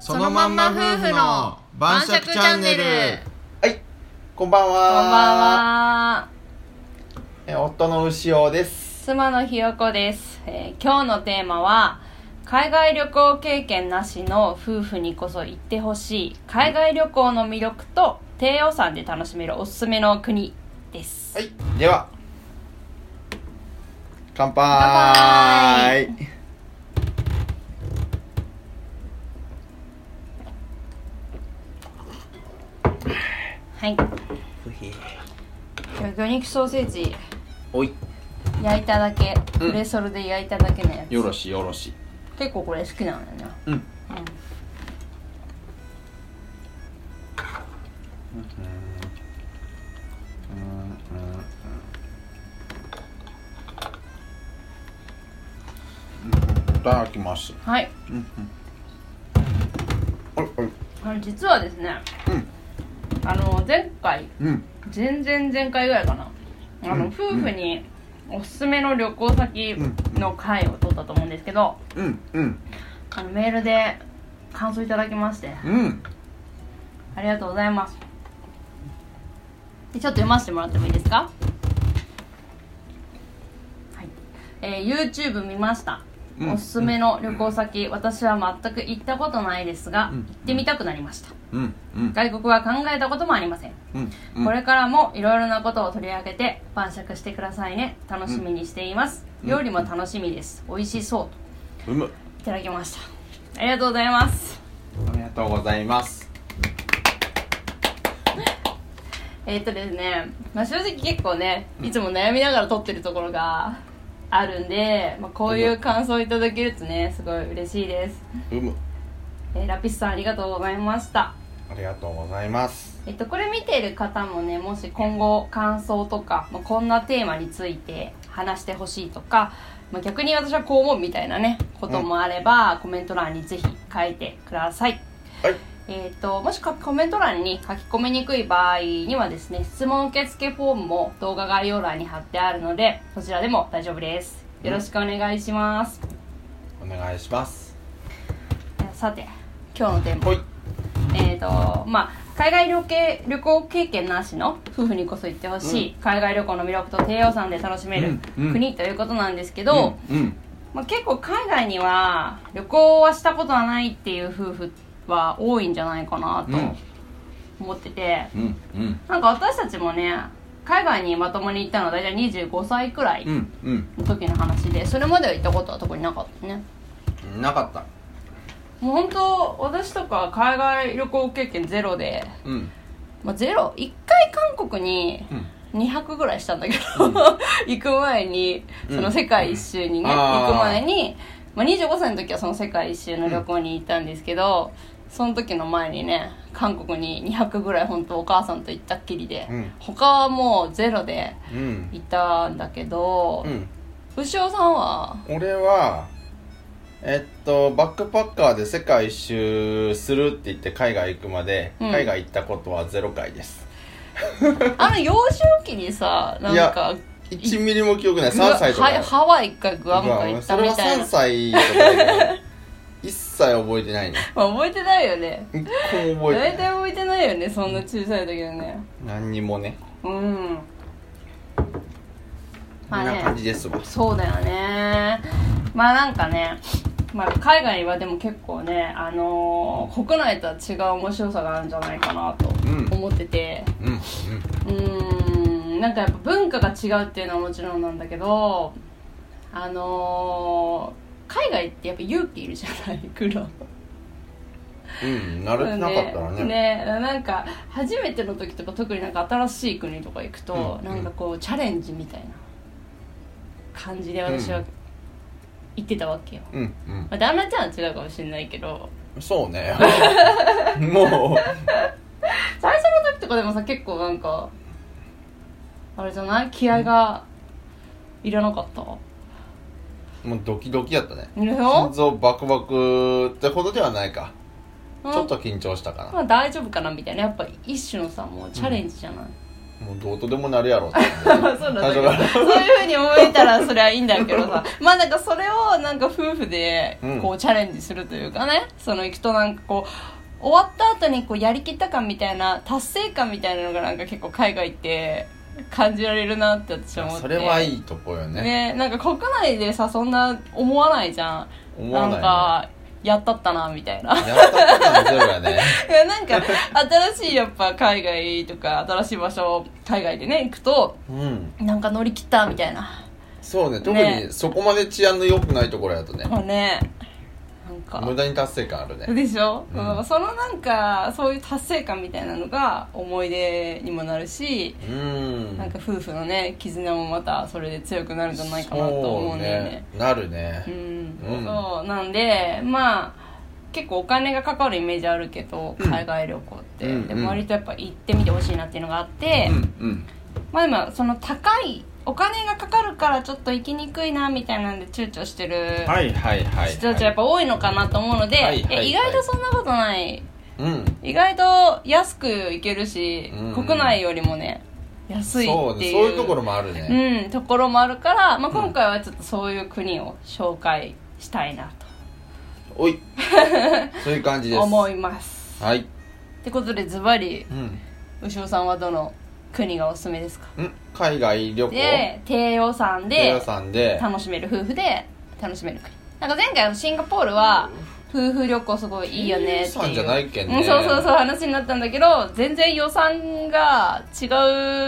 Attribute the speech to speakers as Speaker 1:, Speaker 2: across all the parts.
Speaker 1: そのまんま夫婦の晩酌チャンネル
Speaker 2: はい、こんばんは。
Speaker 3: こんばんは。
Speaker 2: え夫の牛尾です。
Speaker 3: 妻のひよこです、えー今日のテーマは、海外旅行経験なしの夫婦にこそ行ってほしい、海外旅行の魅力と低予算で楽しめるおすすめの国です。
Speaker 2: はい、では。乾
Speaker 3: 乾
Speaker 2: 杯。
Speaker 3: はい。今日魚肉ソーセージ
Speaker 2: おい、
Speaker 3: 焼いただけ、
Speaker 2: うん
Speaker 3: プレソルで焼いただけのやつ。
Speaker 2: よろしよろし。
Speaker 3: 結構これ好きなのよな。
Speaker 2: うん。いただきます。
Speaker 3: はい。
Speaker 2: うんうん。おい
Speaker 3: あの実はですね、
Speaker 2: うん
Speaker 3: あの、前回、
Speaker 2: おい。うん。
Speaker 3: 全然前回ぐらいかなあの、
Speaker 2: うん
Speaker 3: 夫婦におすすめの旅行先の回を取ったと思うんですけど、
Speaker 2: うんうん
Speaker 3: あのメールで感想いただきまして
Speaker 2: うん
Speaker 3: ありがとうございますでちょっと読ませてもらってもいいですかはい、えー YouTube 見ました、
Speaker 2: うん
Speaker 3: おすすめの旅行先、私は全く行ったことないですが、
Speaker 2: うん
Speaker 3: 行ってみたくなりました
Speaker 2: うんうん
Speaker 3: 外国は考えたこともありません
Speaker 2: うん
Speaker 3: これからもいろいろなことを取り上げて晩酌してくださいね楽しみにしています、
Speaker 2: ん
Speaker 3: 料理も楽しみです美味しそうと
Speaker 2: うむ
Speaker 3: いただきましたありがとうございます
Speaker 2: ありがとうございます
Speaker 3: えーっとですね、まあ、正直結構ねいつも悩みながら撮ってるところがあるんで、まあ、こういう感想いただけるとねすごい嬉しいです、
Speaker 2: うむ
Speaker 3: えーラピスさんありがとうございました
Speaker 2: ありがとうございます
Speaker 3: えっと、これ見てる方もねもし今後感想とか、まあ、こんなテーマについて話してほしいとか、まあ、逆に私はこう思うみたいなねこともあれば、コメント欄にぜひ書いてください、
Speaker 2: はい
Speaker 3: えっともしかコメント欄に書き込みにくい場合にはですね質問受付フォームも動画概要欄に貼ってあるのでそちらでも大丈夫ですよろしくお願いします、
Speaker 2: お願いします
Speaker 3: さて今日のテーマ
Speaker 2: ほい
Speaker 3: えーとまあ、海外旅系旅行経験なしの夫婦にこそ行ってほしい、海外旅行の魅力と低予算で楽しめる
Speaker 2: うんうん
Speaker 3: 国ということなんですけど、
Speaker 2: うん
Speaker 3: まあ、結構海外には旅行はしたことはないっていう夫婦は多いんじゃないかな
Speaker 2: うんうん
Speaker 3: と思ってて、
Speaker 2: うんうん
Speaker 3: なんか私たちもね海外にまともに行ったのは大体25歳くらい
Speaker 2: うん
Speaker 3: の時の話でそれまでは行ったことは特になかったね
Speaker 2: うんなかった
Speaker 3: もう本当私とか海外旅行経験ゼロで
Speaker 2: うん
Speaker 3: まあ、ゼロ1回韓国に2泊ぐらいしたんだけど、行く前に
Speaker 2: うん
Speaker 3: その世界一周にね、
Speaker 2: あー
Speaker 3: 行く前に、まあ、25歳の時はその世界一周の旅行に行ったんですけど、その時の前にね韓国に2泊ぐらい本当お母さんと行ったっきりで、
Speaker 2: うん
Speaker 3: 他はもうゼロで
Speaker 2: うん
Speaker 3: 行ったんだけど
Speaker 2: う、ん
Speaker 3: 牛尾さんは
Speaker 2: 俺はえっとバックパッカーで世界一周するって言って海外行くまで、
Speaker 3: うん
Speaker 2: 海外行ったことはゼロ回です
Speaker 3: あの幼少期にさなん
Speaker 2: いや
Speaker 3: か
Speaker 2: 1ミリも記憶ない
Speaker 3: グア
Speaker 2: 3歳とか
Speaker 3: ハイハワイかグアムか行った
Speaker 2: それ
Speaker 3: み
Speaker 2: は
Speaker 3: たいな
Speaker 2: 3、歳とかだけど一切覚えてないね
Speaker 3: まあ覚えてないよね
Speaker 2: 一個も覚えてない
Speaker 3: 大体置いてないよねそんな小さい時はね
Speaker 2: 何にもね
Speaker 3: うん
Speaker 2: こ
Speaker 3: まあ
Speaker 2: んな感
Speaker 3: ね
Speaker 2: じですわ
Speaker 3: そうだよねまあなんかね、まあ、海外はでも結構ね、あのー国内とは違う面白さがあるんじゃないかなと
Speaker 2: ん
Speaker 3: 思ってて
Speaker 2: うんうん
Speaker 3: うーんなんかやっぱ文化が違うっていうのはもちろんなんだけどあのー海外ってやっぱ勇気いるじゃない苦労
Speaker 2: うん慣れてなかったらね
Speaker 3: ねなんか初めての時とか特になんか新しい国とか行くと、
Speaker 2: うん
Speaker 3: なんかこうチャレンジみたいな感じで私は
Speaker 2: うん
Speaker 3: 行ってたわけよ、
Speaker 2: うんうん
Speaker 3: まあ、旦那ちゃんは違うかもしれないけど
Speaker 2: そうね も
Speaker 3: 最初の時とかでもさ結構なんかあれじゃない気合がいらなかった、
Speaker 2: うもうドキドキやったね
Speaker 3: いる
Speaker 2: 心
Speaker 3: よ、
Speaker 2: 臓バクバクってほどではないか
Speaker 3: う
Speaker 2: ち
Speaker 3: ん
Speaker 2: ょっと緊張したかな
Speaker 3: まあ大丈夫かなみたいなやっぱ一種のさもうチャレンジじゃない、
Speaker 2: もうどうとでもなるやろって
Speaker 3: そうなんだけどそういうふうに思えたらそれはいいんだけど さまあなんかそれをなんか夫婦で
Speaker 2: うん
Speaker 3: こうチャレンジするというかね、その行くとなんかこう終わった後にこうやりきった感みたいな達成感みたいなのがなんか結構海外って感じられるなって私は思って
Speaker 2: それはいいいとこよね
Speaker 3: ねなんか国内でさそんな思わないじゃん
Speaker 2: 思わないね
Speaker 3: んかやったったなみたい な
Speaker 2: やったことゼロやね
Speaker 3: いやなんか新しいやっぱ海外とか新しい場所海外でね行くと
Speaker 2: うん
Speaker 3: なんか乗り切ったみたいな
Speaker 2: そうね特
Speaker 3: ね
Speaker 2: にそこまで治安の良くないところやとね
Speaker 3: まあねなん
Speaker 2: 無
Speaker 3: か
Speaker 2: 駄に達成感あるね
Speaker 3: でしょ、
Speaker 2: うん
Speaker 3: そのなんかそういう達成感みたいなのが思い出にもなるし
Speaker 2: うん
Speaker 3: なんか夫婦のね絆もまたそれで強くなるんじゃないかなと思うんだよね
Speaker 2: そうなるね
Speaker 3: う、ん、
Speaker 2: うん
Speaker 3: そうなんでまあ結構お金がかかるイメージあるけど、海外旅行って、
Speaker 2: うんうん
Speaker 3: でも割とやっぱ行ってみてほしいなっていうのがあって、
Speaker 2: うんうん
Speaker 3: まあでもその高いお金がかかるからちょっと行きにくいなみたいなんで躊躇してる
Speaker 2: はいはいはい
Speaker 3: 人たちはやっぱ多いのかなと思うので、
Speaker 2: はいはいはい
Speaker 3: え意外とそんなことない
Speaker 2: うん
Speaker 3: 意外と安く行けるし、
Speaker 2: うん
Speaker 3: 国内よりもね安いっていう
Speaker 2: そうねそういうところもあるね、
Speaker 3: うん、ところもあるから、まあ、今回はちょっとそういう国を紹介したいな
Speaker 2: お いそういう感じで
Speaker 3: と
Speaker 2: す
Speaker 3: 思います
Speaker 2: はい、
Speaker 3: ってことでズバリ
Speaker 2: うん
Speaker 3: 牛尾さんはどの国がおすすめですか
Speaker 2: うん、海外旅行
Speaker 3: で低予算
Speaker 2: 低
Speaker 3: で
Speaker 2: 予算で
Speaker 3: 楽しめる夫婦で楽しめる国なんか前回のシンガポールは夫婦旅行すごいいいよねっ
Speaker 2: 低
Speaker 3: ていう
Speaker 2: 予算じゃないけんね
Speaker 3: うんそうそうそう話になったんだけど全然予算が違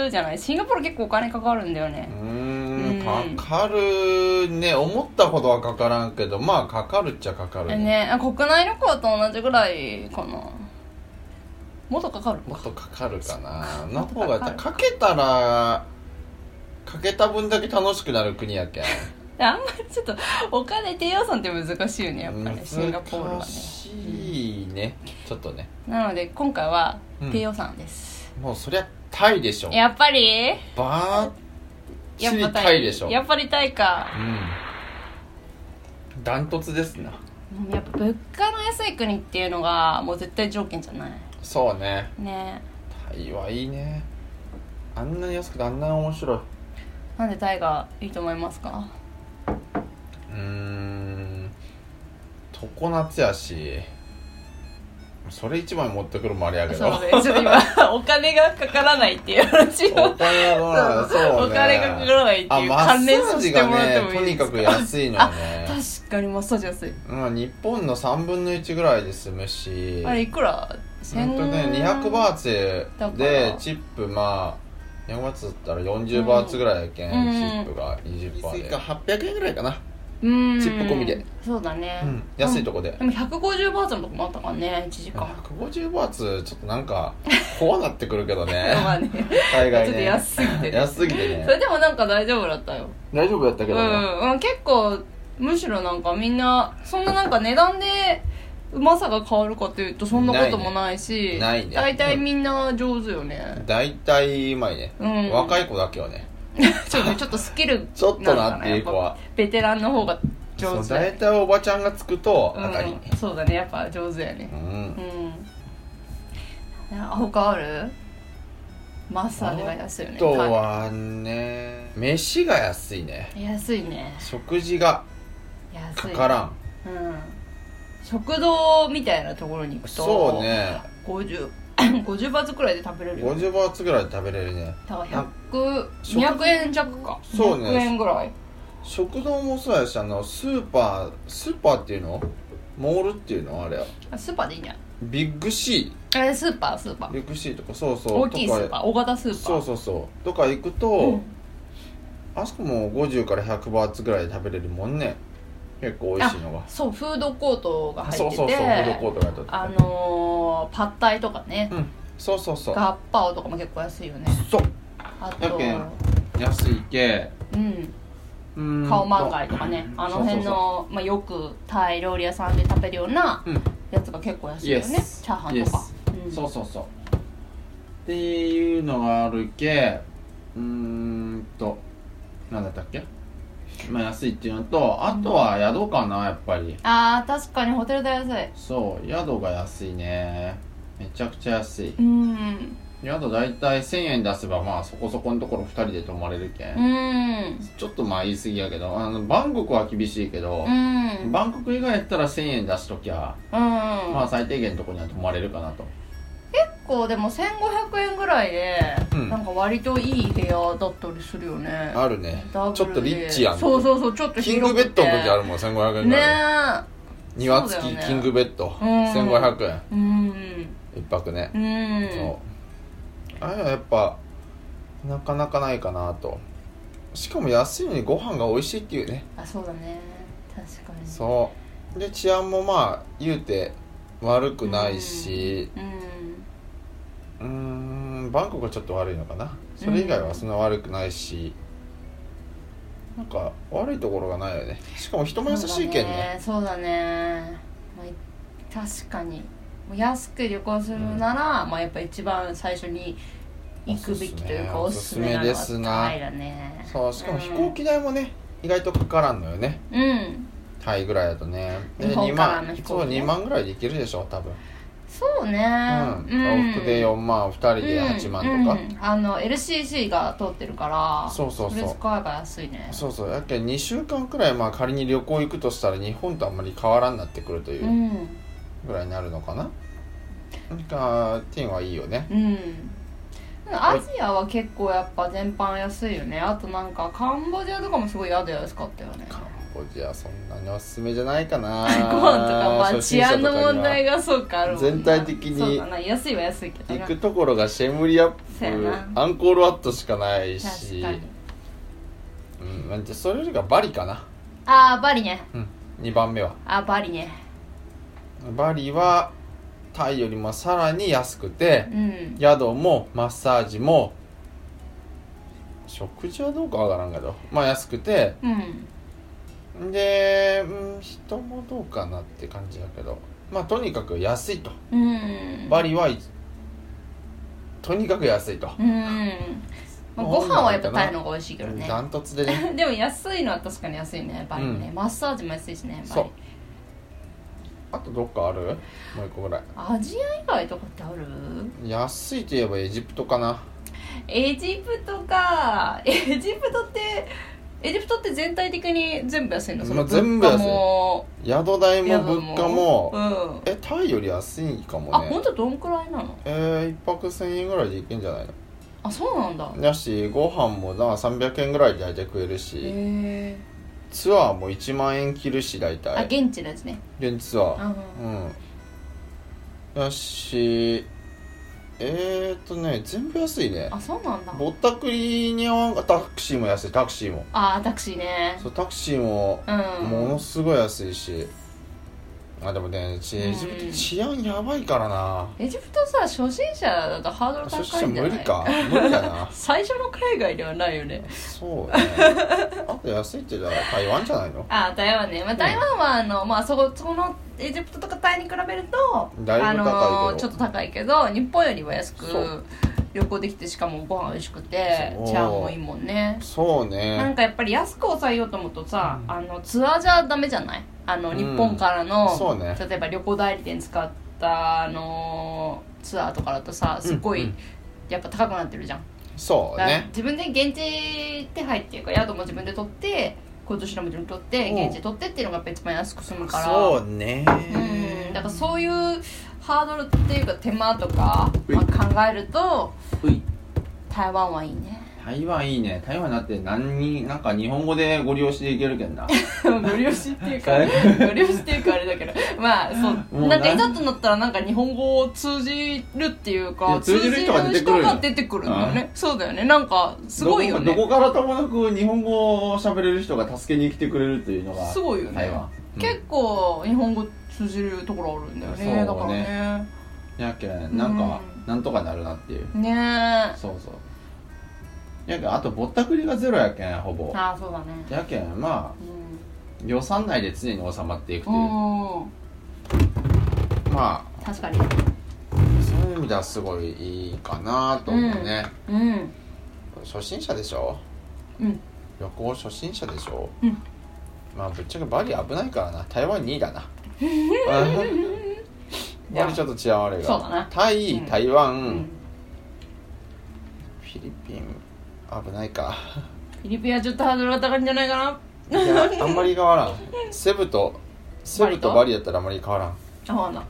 Speaker 3: うじゃないシンガポール結構お金かかるんだよね
Speaker 2: うー
Speaker 3: うん
Speaker 2: んかかるね思ったほどはかからんけどまあかかるっちゃかかるね
Speaker 3: ね国内旅行と同じぐらいかなもっとかかる
Speaker 2: もっ
Speaker 3: か
Speaker 2: とかかるかな
Speaker 3: も
Speaker 2: の
Speaker 3: っと
Speaker 2: 方
Speaker 3: か
Speaker 2: が
Speaker 3: かる
Speaker 2: かけたらかけた分だけ楽しくなる国やけん
Speaker 3: あんまりちょっとお金低予算って難しいよねやっぱり、ね、シンガポールはね
Speaker 2: 難しいねちょっとね
Speaker 3: なので今回は
Speaker 2: うん
Speaker 3: 低予算です、
Speaker 2: もうそりゃタイでしょ
Speaker 3: やっぱり
Speaker 2: バーッ
Speaker 3: や
Speaker 2: チ
Speaker 3: っ
Speaker 2: リ
Speaker 3: ぱ
Speaker 2: タイでしょ
Speaker 3: やっぱりタイか
Speaker 2: うんダントツですな
Speaker 3: やっぱ物価の安い国っていうのがもう絶対条件じゃない
Speaker 2: そうね
Speaker 3: ね
Speaker 2: タイはいいねあんなに安くてあんなに面白いう
Speaker 3: なんでタイがいいと思いますか
Speaker 2: ーん常夏やしそれ一枚持ってくるもあれやけ
Speaker 3: そ
Speaker 2: ど
Speaker 3: うねちょっと今お金がかからないっていう話
Speaker 2: お
Speaker 3: を
Speaker 2: 金 がどうなのそう、ね、
Speaker 3: お金がかからないっていう
Speaker 2: あ
Speaker 3: 関連
Speaker 2: マッサ
Speaker 3: さ
Speaker 2: ー
Speaker 3: せ
Speaker 2: ジ
Speaker 3: て
Speaker 2: が
Speaker 3: もらっても
Speaker 2: ね
Speaker 3: い
Speaker 2: と
Speaker 3: いで
Speaker 2: に
Speaker 3: すか
Speaker 2: かく安いのよね、
Speaker 3: 確かにマッサージ安い
Speaker 2: うん、日本の3分の1ぐらいで済むし
Speaker 3: あれいくら
Speaker 2: ほんとね200バーツ
Speaker 3: だか
Speaker 2: で
Speaker 3: ら
Speaker 2: チップまあ200バーツだったら40バーツぐらいやけん、
Speaker 3: うん
Speaker 2: チップが20バーツで800円ぐらいかな、
Speaker 3: うん
Speaker 2: チップ込みで
Speaker 3: そうだね、
Speaker 2: うん、安いとこで、
Speaker 3: でも150バーツのとこもあったからね1時間
Speaker 2: 150バーツちょっとなん か怖なってくるけどね
Speaker 3: まあね
Speaker 2: 海外
Speaker 3: ちょっと
Speaker 2: ね
Speaker 3: 安すぎてね
Speaker 2: 安すぎて
Speaker 3: それ
Speaker 2: ね
Speaker 3: でもなんか 大丈夫だったよ、
Speaker 2: 大丈夫やったけ
Speaker 3: う
Speaker 2: どね、
Speaker 3: ん、うん、結構むしろなんかみんなそんななんか値段でうまさが変わるかというとそんなこともないし
Speaker 2: ないねないね
Speaker 3: 大体みんな上手 よね、
Speaker 2: 大体うまいね、
Speaker 3: うん
Speaker 2: 若い子だけはね
Speaker 3: ちょっとちょっとスキル
Speaker 2: ちょっとなっていう子は
Speaker 3: なんかなやっぱベテランの方が
Speaker 2: そ
Speaker 3: 上
Speaker 2: う
Speaker 3: 手だ
Speaker 2: 大
Speaker 3: よね
Speaker 2: 体おばちゃんがつくと
Speaker 3: う
Speaker 2: 当たり
Speaker 3: ん、そうだねやっぱ上手やね
Speaker 2: うん
Speaker 3: うんな他あるマッサージが安いよ
Speaker 2: あ
Speaker 3: ね
Speaker 2: とはね飯が安いね
Speaker 3: 安いね
Speaker 2: 食事が
Speaker 3: 安
Speaker 2: か
Speaker 3: い
Speaker 2: からん
Speaker 3: うん食堂みたいなところに行くと
Speaker 2: そうね
Speaker 3: 50, 50バーツくらいで食べれるよ
Speaker 2: 50バーツぐらいで食べれるね
Speaker 3: だか
Speaker 2: あ
Speaker 3: ら100200円弱か
Speaker 2: そうね
Speaker 3: 200円ぐらい
Speaker 2: 食堂もそうやしあのスーパースーパーっていうのモールっていうのあれ
Speaker 3: あスーパーでいいんじゃ
Speaker 2: ビッグ C
Speaker 3: ないえスーパースーパー
Speaker 2: ビッグ C とかそうそう
Speaker 3: 大きいスー
Speaker 2: と
Speaker 3: パー
Speaker 2: か
Speaker 3: 大型スーパー
Speaker 2: そうそうそうとか行くと、あそこも50から100バーツぐらいで食べれるもんね結構美味しいのが
Speaker 3: そうフードコートが入ってて
Speaker 2: そうそうそうフードコートがやっとって
Speaker 3: あのー、パッタイとかね、
Speaker 2: うんそうそうそう
Speaker 3: ガッパオとかも結構安いよね
Speaker 2: そう
Speaker 3: あと
Speaker 2: だけん安いけ
Speaker 3: うん
Speaker 2: うーんと
Speaker 3: カオマンガイとかねあの辺
Speaker 2: そうそう
Speaker 3: のまあ、よくタイ料理屋さんで食べるような
Speaker 2: そううん
Speaker 3: やつが結構安いよね
Speaker 2: Yes
Speaker 3: チャーハンとか、うん、
Speaker 2: そうそうそうっていうのがあるけうーんと何だったっけまあ安いっていうのとあとは宿かなやっぱり
Speaker 3: あー確かにホテル代安い
Speaker 2: そう宿が安いねめちゃくちゃ安い
Speaker 3: うん
Speaker 4: 宿だいたい1000円出せばまあそこそこのところ2人で泊まれるけん、
Speaker 3: うん
Speaker 4: ちょっとまあ言い過ぎやけどあのバンコクは厳しいけど
Speaker 3: う、ん
Speaker 4: バンコク以外やったら1000円出しときゃ、
Speaker 3: うん
Speaker 4: まあ最低限のとこには泊まれるかなと
Speaker 3: 結構でも1500円ぐらいで、
Speaker 4: うん
Speaker 3: なんか割といい部屋だったりするよね
Speaker 2: あるねち
Speaker 3: ダ
Speaker 2: ょ
Speaker 3: ブル
Speaker 2: っと
Speaker 3: で
Speaker 2: リッチやん
Speaker 3: そうそうそうちょっと
Speaker 2: キングベッドの時あ
Speaker 3: る
Speaker 2: るもん1500円ぐ
Speaker 3: ね
Speaker 2: らい、庭付
Speaker 3: そう
Speaker 2: き
Speaker 3: だよね
Speaker 2: キングベッド、
Speaker 3: うん
Speaker 2: 1500円
Speaker 3: えうん
Speaker 2: 一泊ね
Speaker 3: う、ん
Speaker 2: そうあれはやっぱなかなかないかなとしかも安いのにご飯が美味しいっていうね
Speaker 3: あそうだね確かに
Speaker 2: そうで治安もまあ言うて悪くないしう
Speaker 3: うん
Speaker 2: ーんバンコクはちょっと悪いのかなそれ以外はそんな悪くないし、なんか悪いところがないよねしかも人も優しいけんね
Speaker 3: そうだねそうだね、まあ、確かにもう安く旅行するなら、まあやっぱ一番最初に行くべきというかお
Speaker 2: お
Speaker 3: す
Speaker 2: す
Speaker 3: す
Speaker 2: す
Speaker 3: め
Speaker 2: め
Speaker 3: なのはタイ
Speaker 2: で
Speaker 3: だね
Speaker 2: そうしかも飛
Speaker 3: うん
Speaker 2: 行機代もね、意外とかからんのよね
Speaker 3: うん
Speaker 2: タイぐらいだとねで
Speaker 3: 日本
Speaker 2: 2
Speaker 3: から
Speaker 2: 万
Speaker 3: の飛行機ね
Speaker 2: そう2万ぐらいでいけるでしょ多分
Speaker 3: そうね
Speaker 2: う
Speaker 3: うん
Speaker 2: ん往復で4万2人で8万とか、
Speaker 3: うんうんあの LCC が通ってるから
Speaker 2: そうそうそう
Speaker 3: れ使えば安いね
Speaker 2: そうそうやけん2週間くらいまあ仮に旅行行くとしたら日本とあんまり変わらんなってくるといううんぐらいになるのかな、なんかティンはいいよね
Speaker 3: うんアジアは結構やっぱ全般安いよねあとなんかカンボジアとかもすごい宿安かったよね
Speaker 2: カンボジアそんなにおすすめじゃないかな
Speaker 3: ご飯とかまあ
Speaker 2: 初
Speaker 3: 治
Speaker 2: 心者
Speaker 3: 安
Speaker 2: とか
Speaker 3: の
Speaker 2: には
Speaker 3: 問題がそうかあるもんな
Speaker 2: 全体的に
Speaker 3: そうだな安いは安いけどな
Speaker 2: 行くところがシェムリアッ
Speaker 3: そうや
Speaker 2: プ
Speaker 3: な
Speaker 2: アンコールワットしかない
Speaker 3: 確
Speaker 2: し
Speaker 3: かに
Speaker 2: うんなんてそれよりかバリかな、
Speaker 3: ああバリね
Speaker 2: うん、2番目は
Speaker 3: あーバリね
Speaker 2: バリはタイよりもさらに安くて
Speaker 3: うん
Speaker 2: 宿もマッサージも食事はどうかわからんけどまあ安くて
Speaker 3: うん
Speaker 2: で、うん、人もどうかなって感じだけどまあとにかく安いと
Speaker 3: うん
Speaker 2: バリはいとにかく安いと、
Speaker 3: うん、まあ、ご飯はやっぱタイの方が美味しいけどね
Speaker 2: ダントツでね
Speaker 3: でも安いのは確かに安いねバリね、
Speaker 2: うん
Speaker 3: マッサージも安いしねバ
Speaker 2: そう
Speaker 3: リ
Speaker 2: あとどっかあるもう一個ぐらい
Speaker 3: アジア以外とかってある
Speaker 2: 安いといえばエジプトかな
Speaker 3: エジプトかエジプトってエジプトって全体的に全部安いのそ
Speaker 2: ま
Speaker 3: の
Speaker 2: あ全部安い
Speaker 3: 物価も
Speaker 2: 宿代も
Speaker 3: 宿
Speaker 2: 物価も
Speaker 3: うん
Speaker 2: えタイより安いかも
Speaker 3: あ
Speaker 2: ね
Speaker 3: 本当どんくらいなの
Speaker 2: えー、1泊1000円ぐらいでいけんじゃないの
Speaker 3: あそうなんだ
Speaker 2: だしご飯もな300円ぐらいで大体食える
Speaker 3: へ
Speaker 2: し
Speaker 3: え
Speaker 2: ツアーも1万円切るし大
Speaker 3: あ
Speaker 2: 体
Speaker 3: 現地のやつね
Speaker 2: 現地ツアー
Speaker 3: う
Speaker 2: うんだしえー、っとね全部安いね
Speaker 3: あそうなんだ
Speaker 2: ぼったくりに合わんかタクシーも安いタクシーも
Speaker 3: あタクシーね
Speaker 2: そうタクシーも
Speaker 3: うん
Speaker 2: ものすごい安いしあでもねち
Speaker 3: うん
Speaker 2: エジプト治安やばいからな
Speaker 3: エジプトさ初心者だとハードル
Speaker 2: そし
Speaker 3: 高
Speaker 2: たら
Speaker 3: いんじゃな
Speaker 2: 無
Speaker 3: い
Speaker 2: 理か無理だな
Speaker 3: 最初の海外ではないよね
Speaker 2: そうねあと安いって言ったら台湾じゃないの
Speaker 3: あ台湾ね、まあ、台湾はあの、まあ、そこそこのエジプトとかタイに比べると
Speaker 2: だいぶ高いけど
Speaker 3: あのちょっと高いけど日本よりは安く
Speaker 2: そう
Speaker 3: 旅行できてしかもご飯美味しくて
Speaker 2: そう
Speaker 3: 治安もいいもんね
Speaker 2: そう
Speaker 3: なん
Speaker 2: ね
Speaker 3: かやっぱり安く抑えようと思うとさ、あのツアーじゃダメじゃないあの
Speaker 2: うん
Speaker 3: 日本からの、
Speaker 2: そうね
Speaker 3: 例えば旅行代理店使ったあのツアーとかだとさすっごい、
Speaker 2: うんうん
Speaker 3: やっぱ高くなってるじゃん
Speaker 2: そう
Speaker 3: だから
Speaker 2: ね
Speaker 3: 自分で現地手配っていうか宿も自分で取って交通費も自分で取って
Speaker 2: うん
Speaker 3: 現地で取ってっていうのがやっぱ一番安く済むから
Speaker 2: そうね
Speaker 3: うんだからそういうハードルっていうか手間とか、まあ、考えると
Speaker 4: うい
Speaker 3: 台湾はいいね
Speaker 4: 台湾いいね台湾だって何になんか日本語でご利用していけるけんな
Speaker 3: ご利用しっていうか
Speaker 4: はい
Speaker 3: ご利用しっていうかあれだけどまあそう
Speaker 4: もう
Speaker 3: な
Speaker 4: な
Speaker 3: んかいざとなったらなんか日本語を通じるっていう
Speaker 4: い
Speaker 3: か
Speaker 4: や通じる人が出てくるよ
Speaker 3: 通じ人が出てくるんだよねそうだよねなんか すごいよ
Speaker 4: ど
Speaker 3: ね
Speaker 4: こどこからともなく日本語を喋れる人が助けに来てくれるというのが
Speaker 3: すごいよね
Speaker 4: 台湾うん
Speaker 3: 結構日本語通じるところあるんだよ
Speaker 4: そ
Speaker 3: ね
Speaker 4: うね
Speaker 3: だからね
Speaker 4: やけんなんかなんとかなるなっていう
Speaker 3: ねえあ
Speaker 4: そうそうやけんあとぼったくりがゼロやけんほぼ
Speaker 3: あそうだね
Speaker 4: やけんまあ
Speaker 3: う、
Speaker 4: 予算内で常に収まっていくというん
Speaker 3: うん、
Speaker 2: まあ
Speaker 3: 確かに
Speaker 2: そういう意味ではすごいいいかなと思うね、
Speaker 3: うん
Speaker 2: 初心者でしょ
Speaker 3: うん
Speaker 2: 旅行初心者でしょ、
Speaker 3: うん
Speaker 2: まあぶっちゃけバリ危ないからな台湾2位だな バリちょっと治安悪いが
Speaker 3: そうだな
Speaker 2: タイ、
Speaker 3: うん
Speaker 2: 台湾、
Speaker 3: うん
Speaker 5: ィリピン
Speaker 2: 危ないか
Speaker 3: フィリピンはちょっとハードルが高いんじゃないかない
Speaker 2: やあんまり変わらんセブとセブとバリだったらあんまり変わらん
Speaker 3: あほなうん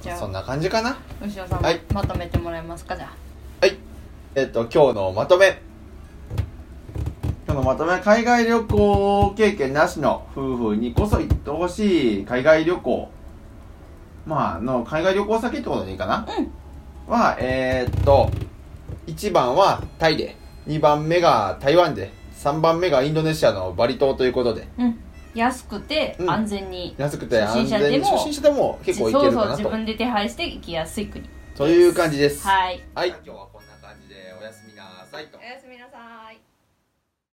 Speaker 3: じゃ
Speaker 2: そん
Speaker 3: あ
Speaker 2: な感じかな
Speaker 3: 牛尾さん、
Speaker 2: はい
Speaker 3: まとめてもらえますかじゃあ
Speaker 2: はいえっ、と今日のまとめ
Speaker 5: 今日のまとめ海外旅行経験なしの夫婦にこそ行ってほしい海外旅行まあの海外旅行先ってことでいいかな
Speaker 2: はえーっと1番はタイで2番目が台湾で3番目がインドネシアのバリ島ということで
Speaker 3: うん安くて
Speaker 2: うん
Speaker 3: 安全に、
Speaker 2: 安くて安
Speaker 3: 初心者で
Speaker 2: 全に
Speaker 3: も
Speaker 2: 初心者でも結構いけるかな
Speaker 3: そうそう
Speaker 2: と
Speaker 3: 自分で手配して行きやすい国
Speaker 2: という感じです
Speaker 3: はい
Speaker 2: はい、今日はこんな感じでおやすみなさいと
Speaker 3: やすみなさい